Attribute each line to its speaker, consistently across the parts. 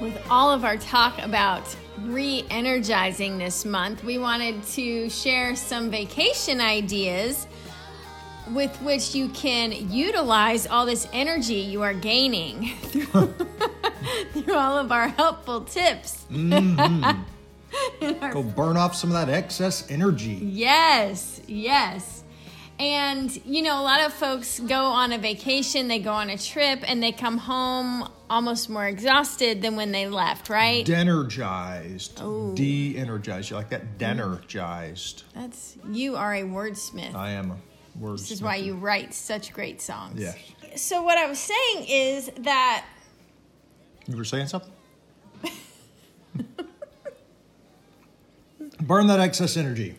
Speaker 1: With all of our talk about re energizing this month, we wanted to share some vacation ideas with which you can utilize all this energy you are gaining through all of our helpful tips.
Speaker 2: Go burn off some of that excess energy.
Speaker 1: Yes, yes. And, you know, a lot of folks go on a vacation, they go on a trip, and they come home almost more exhausted than when they left, right?
Speaker 2: Denergized.
Speaker 1: Oh.
Speaker 2: De energized. You like that?
Speaker 1: Mm-hmm.
Speaker 2: Denergized.
Speaker 1: That's you are a wordsmith.
Speaker 2: I am a word.
Speaker 1: This is why you write such great songs.
Speaker 2: Yes.
Speaker 1: So what I was saying is that
Speaker 2: You were saying something? Burn that excess energy.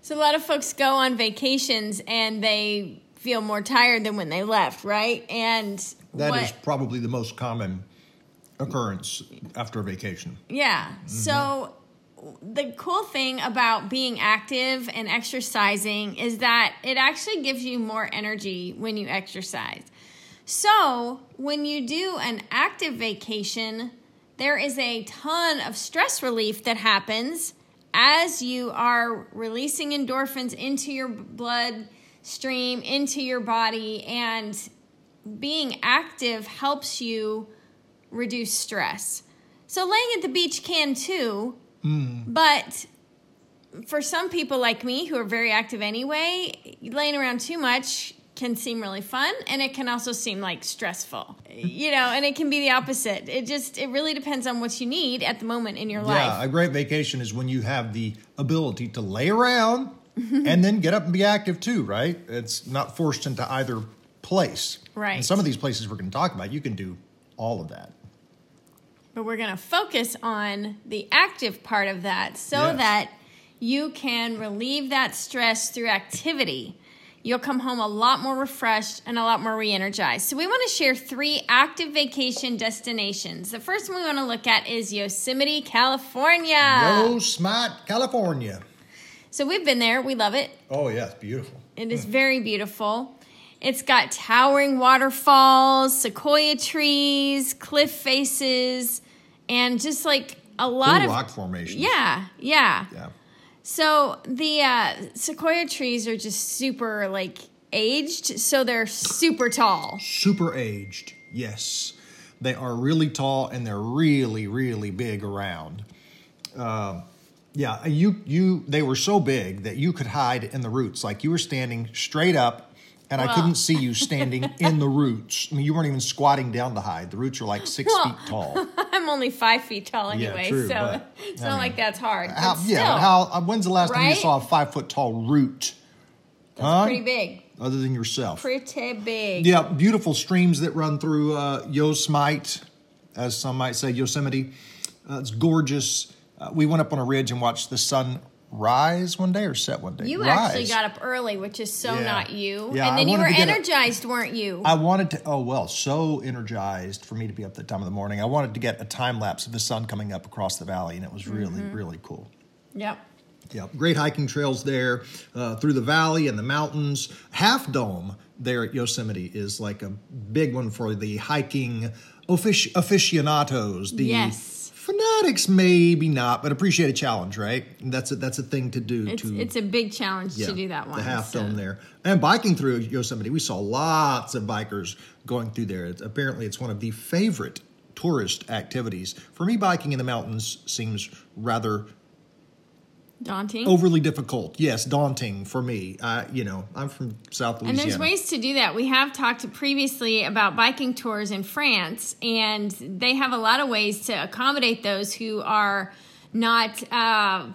Speaker 1: so a lot of folks go on vacations and they feel more tired than when they left, right? And
Speaker 2: That is
Speaker 1: what,
Speaker 2: probably the most common occurrence after a vacation.
Speaker 1: yeah. So the cool thing about being active and exercising is that it actually gives you more energy when you exercise. So, when you do an active vacation, there is a ton of stress relief that happens as you are releasing endorphins into your blood stream, into your body, and being active helps you reduce stress. So, laying at the beach can too, but for some people like me who are very active anyway, laying around too much can seem really fun and it can also seem like stressful. You know, and it can be the opposite. It just it really depends on what you need at the moment in your
Speaker 2: Yeah,
Speaker 1: life.
Speaker 2: a great vacation is when you have the ability to lay around
Speaker 1: Mm-hmm.
Speaker 2: and then get up and be active too, right? It's not forced into either place.
Speaker 1: Right.
Speaker 2: And some of these places we're going to talk about, you can do all of that.
Speaker 1: But we're going to focus on the active part of that so
Speaker 2: Yes.
Speaker 1: that you can relieve that stress through activity. You'll come home a lot more refreshed and a lot more re energized. So, we want to share three active vacation destinations. The first one we want to look at is Yosemite, California.
Speaker 2: Go Smart, California.
Speaker 1: So, we've been there, we love it.
Speaker 2: Oh, yeah, it's beautiful.
Speaker 1: It is very beautiful. It's got towering waterfalls, sequoia trees, cliff faces, and just like a lot
Speaker 2: Blue
Speaker 1: of
Speaker 2: rock formation.
Speaker 1: Yeah, yeah.
Speaker 2: Yeah.
Speaker 1: So the uh, sequoia trees are just super like aged, so they're super tall.
Speaker 2: super aged. Yes, they are really tall and they're really really big around. Um, yeah, you you they were so big that you could hide in the roots. Like you were standing straight up, and I couldn't see you standing in the roots. I mean, you weren't even squatting down to hide. The roots are like six
Speaker 1: Well,
Speaker 2: feet tall.
Speaker 1: I'm only five feet tall
Speaker 2: Yeah,
Speaker 1: anyway,
Speaker 2: true,
Speaker 1: so
Speaker 2: but,
Speaker 1: it's
Speaker 2: I
Speaker 1: not
Speaker 2: mean,
Speaker 1: like that's hard.
Speaker 2: How,
Speaker 1: but
Speaker 2: yeah,
Speaker 1: still,
Speaker 2: but how? uh, When's the last time you
Speaker 1: right?
Speaker 2: saw a five foot tall root? huh?
Speaker 1: pretty big,
Speaker 2: Other than yourself.
Speaker 1: pretty big.
Speaker 2: Yeah, beautiful streams that run through uh, Yosemite, as some might say, Yosemite. Uh, it's gorgeous. Uh, we went up on a ridge and watched the sun rise one day or set one day.
Speaker 1: You
Speaker 2: rise.
Speaker 1: actually got up early, which is so
Speaker 2: Yeah.
Speaker 1: not you.
Speaker 2: Yeah, I
Speaker 1: and then you were
Speaker 2: wanted to get up-
Speaker 1: energized, weren't you?
Speaker 2: I wanted to. Oh well, so energized for me to be up that time of the morning. I wanted to get a time lapse of the sun coming up across the valley, and it was really,
Speaker 1: Mm-hmm.
Speaker 2: really cool.
Speaker 1: yep.
Speaker 2: Yeah, great hiking trails there uh, through the valley and the mountains. Half Dome there at Yosemite is like a big one for the hiking offic- aficionados. The
Speaker 1: Yes.
Speaker 2: fanatics, maybe not, but appreciate a challenge, right? And that's a, that's a thing to do.
Speaker 1: It's,
Speaker 2: to
Speaker 1: it's a big challenge
Speaker 2: yeah,
Speaker 1: to do that one.
Speaker 2: The half
Speaker 1: so.
Speaker 2: dome there, and biking through Yosemite, we saw lots of bikers going through there. It's, apparently, it's one of the favorite tourist activities. For me, biking in the mountains seems rather
Speaker 1: Daunting.
Speaker 2: overly difficult. Yes, daunting for me. I, you know, I'm from South
Speaker 1: And
Speaker 2: Louisiana.
Speaker 1: there's ways to do that. We have talked previously about biking tours in France, and they have a lot of ways to accommodate those who are not uh,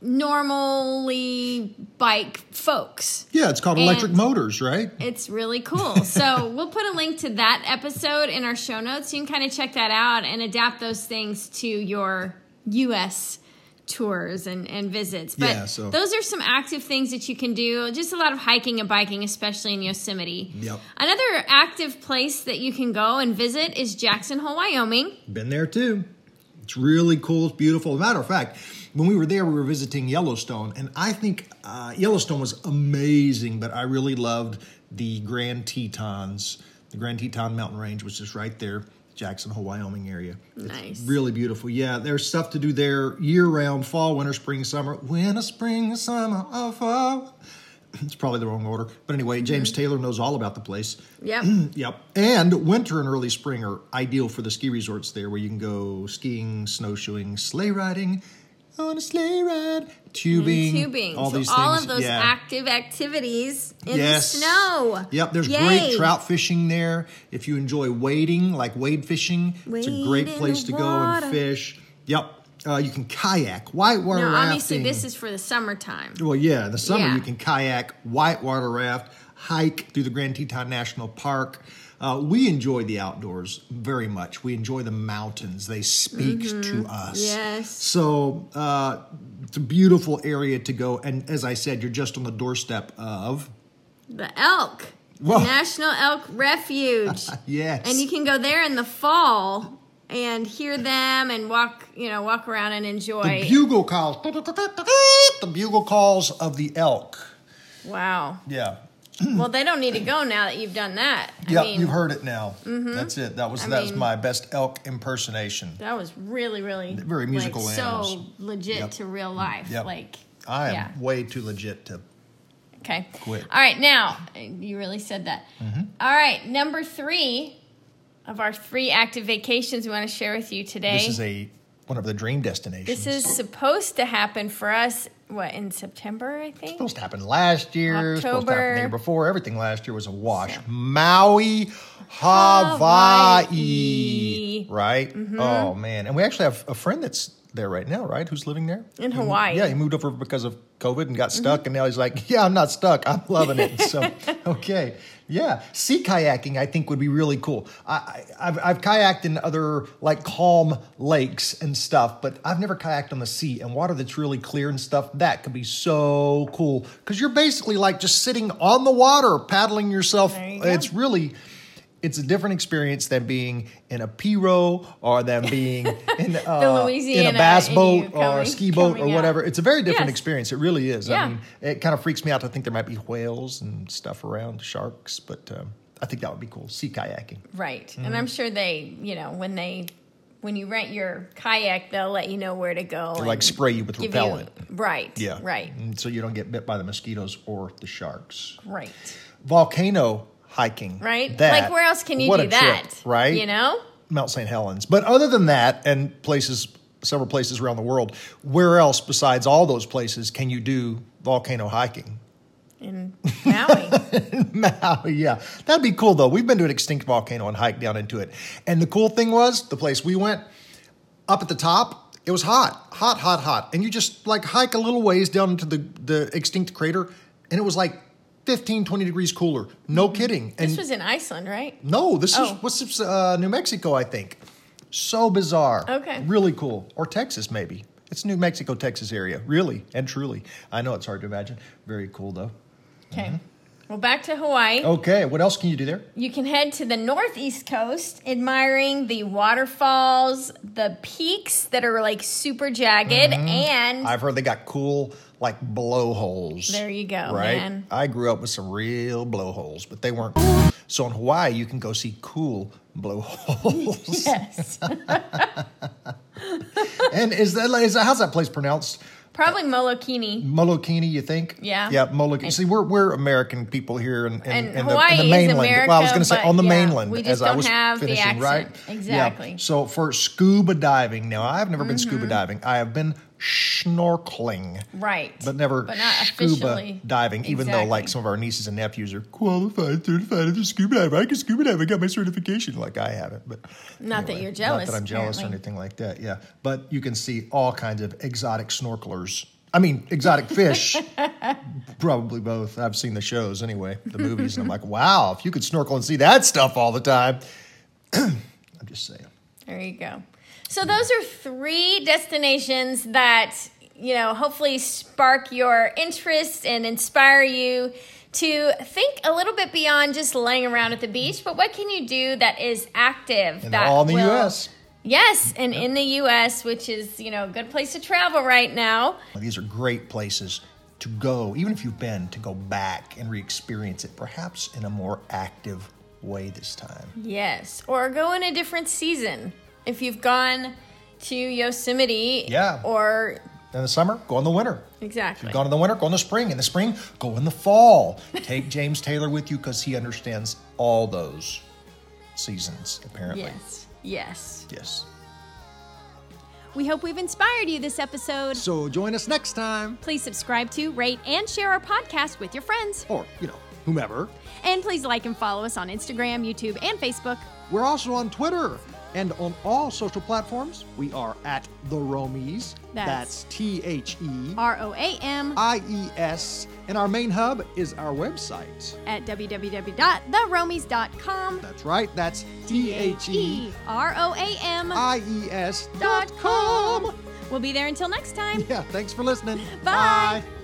Speaker 1: normally bike folks.
Speaker 2: Yeah, it's called electric
Speaker 1: And-
Speaker 2: motors, right?
Speaker 1: It's really cool. So we'll put a link to that episode in our show notes. You can kind of check that out and adapt those things to your U.S. tours and, and visits. But
Speaker 2: Yeah, so-
Speaker 1: those are some active things that you can do. Just a lot of hiking and biking, especially in Yosemite.
Speaker 2: Yep.
Speaker 1: Another active place that you can go and visit is Jackson Hole, Wyoming.
Speaker 2: Been there too. It's really cool. It's beautiful. As a matter of fact, when we were there, we were visiting Yellowstone, and I think uh, Yellowstone was amazing, but I really loved the Grand Tetons, the Grand Teton Mountain Range, which is right there, Jackson Hole, Wyoming area. It's
Speaker 1: Nice.
Speaker 2: Really beautiful. Yeah, there's stuff to do there year round fall, winter, spring, summer. Winter, spring, summer, oh, fall. It's probably the wrong order. But anyway,
Speaker 1: Mm-hmm.
Speaker 2: James Taylor knows all about the place.
Speaker 1: Yep.
Speaker 2: Yep. And winter and early spring are ideal for the ski resorts there where you can go skiing, snowshoeing, sleigh riding, on a sleigh ride, tubing,
Speaker 1: Mm, Tubing.
Speaker 2: all
Speaker 1: so
Speaker 2: these
Speaker 1: all
Speaker 2: things.
Speaker 1: of those
Speaker 2: yeah.
Speaker 1: active activities in
Speaker 2: yes.
Speaker 1: the snow.
Speaker 2: Yep, there's
Speaker 1: Yay.
Speaker 2: great trout fishing there. If you enjoy wading, like wade fishing, it's a
Speaker 1: Wade
Speaker 2: great
Speaker 1: in
Speaker 2: place
Speaker 1: the
Speaker 2: to go and
Speaker 1: water.
Speaker 2: fish. Yep. Uh, you can kayak, whitewater
Speaker 1: Now,
Speaker 2: rafting.
Speaker 1: obviously, this is for the summertime.
Speaker 2: Well, yeah, in the summer
Speaker 1: Yeah.
Speaker 2: you can kayak, whitewater raft, hike through the Grand Teton National Park. Uh, we enjoy the outdoors very much. We enjoy the mountains. They speak to us.
Speaker 1: Mm-hmm. Yes.
Speaker 2: So uh, it's a beautiful area to go. And as I said, you're just on the doorstep of.
Speaker 1: The elk.
Speaker 2: Whoa.
Speaker 1: National Elk Refuge.
Speaker 2: Yes.
Speaker 1: and you can go there in the fall and hear them and walk, you know, walk around and enjoy.
Speaker 2: the bugle calls. The bugle calls of the elk.
Speaker 1: wow.
Speaker 2: Yeah.
Speaker 1: well, they don't need to go now that you've done that. I
Speaker 2: Yep,
Speaker 1: mean, Mm-hmm.
Speaker 2: you've heard it now. That's it. That was that was
Speaker 1: mean-
Speaker 2: my best elk impersonation.
Speaker 1: that was really, really
Speaker 2: very musical
Speaker 1: like, so
Speaker 2: animals.
Speaker 1: legit
Speaker 2: Yep.
Speaker 1: to real life.
Speaker 2: Yep.
Speaker 1: Like
Speaker 2: I am
Speaker 1: Yeah.
Speaker 2: way too legit to
Speaker 1: Okay.
Speaker 2: Quit. Mm-hmm.
Speaker 1: All right, now you really said that. All right, number three of our three active vacations we want to share with you today.
Speaker 2: This is a one of the dream destinations.
Speaker 1: This is supposed to happen for us. What in September? I think.
Speaker 2: supposed to happen last year. Supposed to happen the
Speaker 1: October.
Speaker 2: year before. Everything last year was a wash.
Speaker 1: So-
Speaker 2: Maui, Hawaii,
Speaker 1: Hawaii. Mm-hmm.
Speaker 2: right? Oh man! And we actually have a friend that's there right now, right? Who's living there
Speaker 1: In
Speaker 2: He mo-
Speaker 1: Hawaii.
Speaker 2: yeah, he moved over because of COVID and
Speaker 1: Mm-hmm.
Speaker 2: got stuck, and now he's like, "Yeah, I'm not stuck. I'm loving it." So okay, yeah, sea kayaking I think would be really cool. I, I I've, I've kayaked in other like calm lakes and stuff, but I've never kayaked on the sea and water that's really clear and stuff. That could be so cool because you're basically like just sitting on the water, paddling yourself.
Speaker 1: There you go.
Speaker 2: it's really it's a different experience than being in a Piro or than being in, uh, in a
Speaker 1: Louisiana
Speaker 2: bass
Speaker 1: and
Speaker 2: boat
Speaker 1: you
Speaker 2: or
Speaker 1: coming-
Speaker 2: a ski boat or
Speaker 1: coming out.
Speaker 2: whatever. It's a very different
Speaker 1: Yes.
Speaker 2: experience. It really is.
Speaker 1: Yeah.
Speaker 2: I mean, it kind of freaks me out to think there might be whales and stuff around, sharks, but um, I think that would be cool. Sea kayaking.
Speaker 1: Right,
Speaker 2: Mm-hmm.
Speaker 1: and I'm sure they, you know, when they, when you rent your kayak, they'll let you know where to go.
Speaker 2: Or, like
Speaker 1: and
Speaker 2: spray you with
Speaker 1: give
Speaker 2: repellent.
Speaker 1: You, right.
Speaker 2: yeah. Mm-hmm.
Speaker 1: Right.
Speaker 2: And Mm, so you don't get bit by the mosquitoes or the sharks.
Speaker 1: Right.
Speaker 2: Volcano hiking.
Speaker 1: Right.
Speaker 2: That-
Speaker 1: like where else can you
Speaker 2: what
Speaker 1: do
Speaker 2: a trip,
Speaker 1: that?
Speaker 2: right.
Speaker 1: You know.
Speaker 2: Mount St. Helens. But other than that, and places, several places around the world, where else besides all those places can you do volcano hiking?
Speaker 1: In Maui.
Speaker 2: Maui, yeah. That'd be cool though. We've been to an extinct volcano and hiked down into it. And the cool thing was, the place we went up at the top, it was hot, hot, hot, hot. And you just like hike a little ways down into the, the extinct crater, and it was like 15, 20 degrees cooler. No kidding. And
Speaker 1: this was in Iceland, right?
Speaker 2: no, this
Speaker 1: Oh.
Speaker 2: is what's this, uh, New Mexico, I think. So bizarre.
Speaker 1: Okay.
Speaker 2: Really cool. Or Texas, maybe. It's New Mexico, Texas area. Really and truly. I know it's hard to imagine. Very cool, though. Mm-hmm.
Speaker 1: Okay. Well, back to Hawaii.
Speaker 2: Okay, what else can you do there?
Speaker 1: You can head to the northeast coast, admiring the waterfalls, the peaks that are like super jagged,
Speaker 2: Mm-hmm.
Speaker 1: and
Speaker 2: I've heard they got cool, like, blowholes.
Speaker 1: There you go,
Speaker 2: Right?
Speaker 1: man.
Speaker 2: I grew up with some real blowholes, but they weren't cool. So in Hawaii, you can go see cool blowholes.
Speaker 1: yes,
Speaker 2: and is that, is that, how's that place pronounced?
Speaker 1: probably Molokini.
Speaker 2: Molokini, you think?
Speaker 1: Yeah.
Speaker 2: Yeah, Molokini. See, we're we're American people here in, in,
Speaker 1: And
Speaker 2: in the,
Speaker 1: Hawaii
Speaker 2: in the
Speaker 1: is
Speaker 2: mainland. well, I was
Speaker 1: America,
Speaker 2: going to say
Speaker 1: but
Speaker 2: on the
Speaker 1: yeah,
Speaker 2: mainland
Speaker 1: we just
Speaker 2: as I
Speaker 1: don't
Speaker 2: was
Speaker 1: have the
Speaker 2: finishing, right?
Speaker 1: accent.
Speaker 2: Yeah.
Speaker 1: Exactly. Mm-hmm.
Speaker 2: So for scuba diving, now I've never been scuba diving. I have been snorkeling.
Speaker 1: Right,
Speaker 2: But never
Speaker 1: but not
Speaker 2: scuba
Speaker 1: officially.
Speaker 2: diving, even though like
Speaker 1: Exactly.
Speaker 2: some of our nieces and nephews are qualified, certified as a scuba diver. I can scuba dive. I got my certification. Like I haven't, but
Speaker 1: Not that you're
Speaker 2: not
Speaker 1: jealous,
Speaker 2: that I'm jealous or
Speaker 1: apparently.
Speaker 2: anything like that. Yeah, but you can see all kinds of exotic snorkelers I mean, exotic fish, probably both. I've seen the shows anyway, the movies, and I'm like, wow, if you could snorkel and see that stuff all the time. I'm just saying.
Speaker 1: There you go. So those are three destinations that, you know, hopefully spark your interest and inspire you to think a little bit beyond just laying around at the beach, but what can you do that is active
Speaker 2: And
Speaker 1: that
Speaker 2: all in the
Speaker 1: will-
Speaker 2: U.S.
Speaker 1: Yes, and in the US, which is, you know, a good place to travel right now.
Speaker 2: These are great places to go, even if you've been, to go back and re experience it, perhaps in a more active way this time.
Speaker 1: Yes, or go in a different season. If you've gone to Yosemite
Speaker 2: Yeah.
Speaker 1: or
Speaker 2: In the summer, go in the winter.
Speaker 1: exactly.
Speaker 2: Go in the winter, go in the spring. In the spring, go in the fall. Take James Taylor with you because he understands all those seasons, apparently.
Speaker 1: Yes. Yes.
Speaker 2: Yes.
Speaker 3: We hope we've inspired you this episode.
Speaker 2: So join us next time,
Speaker 3: Please subscribe to, rate, and share our podcast with your friends.
Speaker 2: or, you know, whomever.
Speaker 3: And please like and follow us on Instagram, YouTube, and Facebook.
Speaker 2: We're also on Twitter and on all social platforms. We are at The Romies.
Speaker 3: That's-
Speaker 2: T H E
Speaker 3: R O A M
Speaker 2: I E S. And our main hub is our website.
Speaker 3: at www.theromies.com.
Speaker 2: That's right, that's T H
Speaker 3: E
Speaker 2: E
Speaker 3: R O A M
Speaker 2: I E S
Speaker 3: E dot com. We'll be there until next time.
Speaker 2: Yeah, thanks for listening.
Speaker 3: Bye.
Speaker 2: Bye.